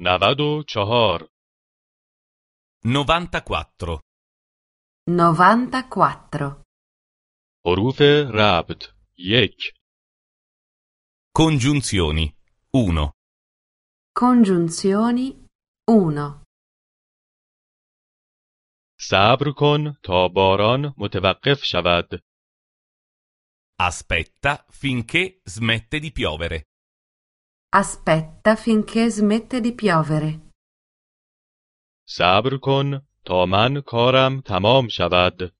نود و چهار 94. 94. حروف ربط یک Congiunzioni. 1. Congiunzioni 1. صبر کن تا باران متوقف شود Aspetta finché smette di piovere. Aspetta finché smette di piovere. صبر کن تا من کارم تمام شود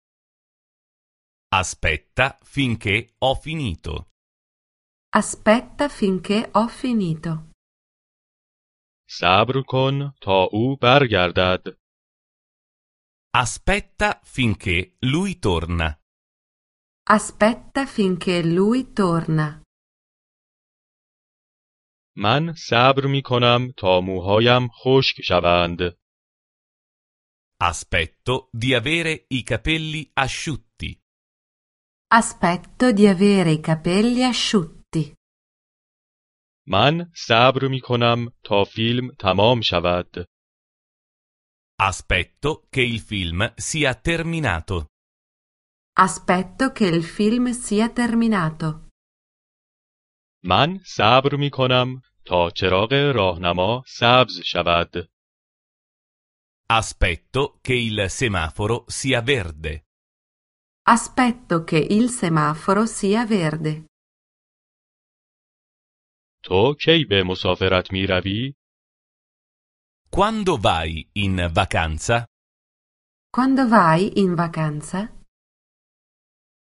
Aspetta finché ho finito. Aspetta finché ho finito. صبر کن تا او برگردد Aspetta finché lui torna. Aspetta finché lui torna. من صبر می کنم تا موهایم خشک شوند Aspetto di avere i capelli asciutti. Aspetto di avere i capelli asciutti. من صبر می کنم تا فیلم تمام شود Aspetto che il film sia terminato. Aspetto che il film sia terminato. من صبر می کنم تا چراغ راهنما سبز شود Aspetto che il semaforo sia verde. Aspetto che il semaforo sia verde. تو کی به مسافرت می روی؟ Quando vai in vacanza? Quando vai in vacanza?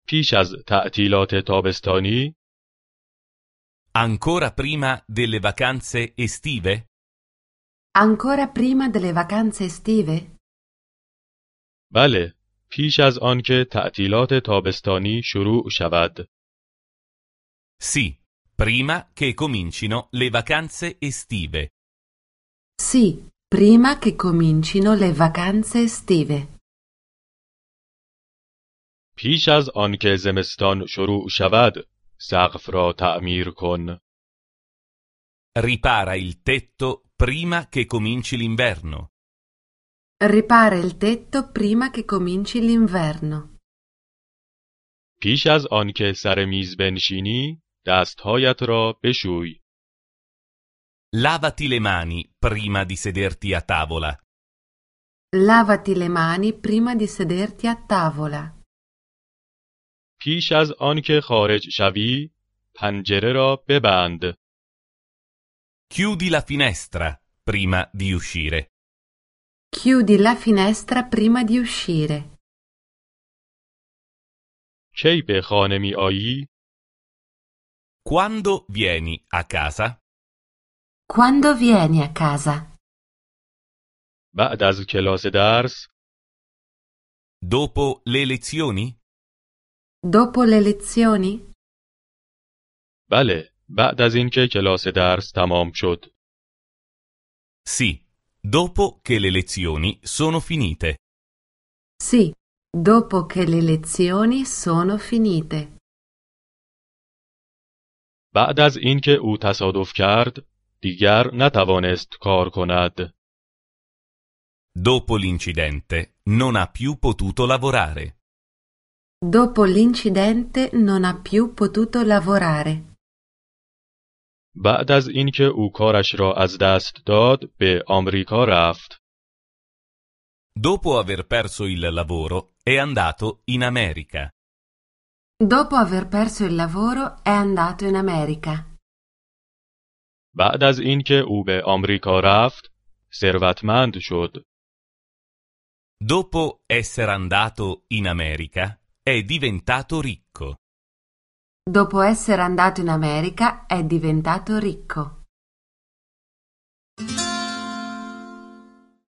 پیش از تعطیلات تابستانی Ancora prima delle vacanze estive? Ancora prima delle vacanze estive? بله پیش از آنکه تعطیلات تابستانی شروع شود Sì, prima che comincino le vacanze estive. Sì, prima che comincino le vacanze estive. پیش از آنکه زمستان شروع شود سقف را تعمیر کن Ripara il tetto prima che cominci l'inverno. Ripara il tetto prima che cominci l'inverno. پیش از آنکه سر میز بنشینی دستهایت را بشوی Lavati le mani prima di sederti a tavola. Lavati le mani prima di sederti a tavola. پیش از آنکه خارج شوی پنجره را ببند Chiudi la finestra prima di uscire. Chiudi la finestra prima di uscire. کی به خانه می آیی Quando vieni a casa? Quando vieni a casa? بعد از کلاس درس Dopo le lezioni? Dopo le lezioni? بله بعد از اینکه کلاس درس تمام شد Sì, dopo che le lezioni sono finite. Sì, dopo che le lezioni sono finite. بعد از اینکه او تصادف کرد دیگر نتوانست کار کند Dopo l'incidente non ha più potuto lavorare. Dopo l'incidente non ha più potuto lavorare. بعد از اینکه او کارش را از دست داد به آمریکا رفت Dopo aver perso il lavoro è andato in America. Dopo aver perso il lavoro è andato in America. بعد از اینکه او به آمریکا رفت ثروتمند شد Dopo essere andato in America è diventato ricco. Dopo essere andato in America è diventato ricco.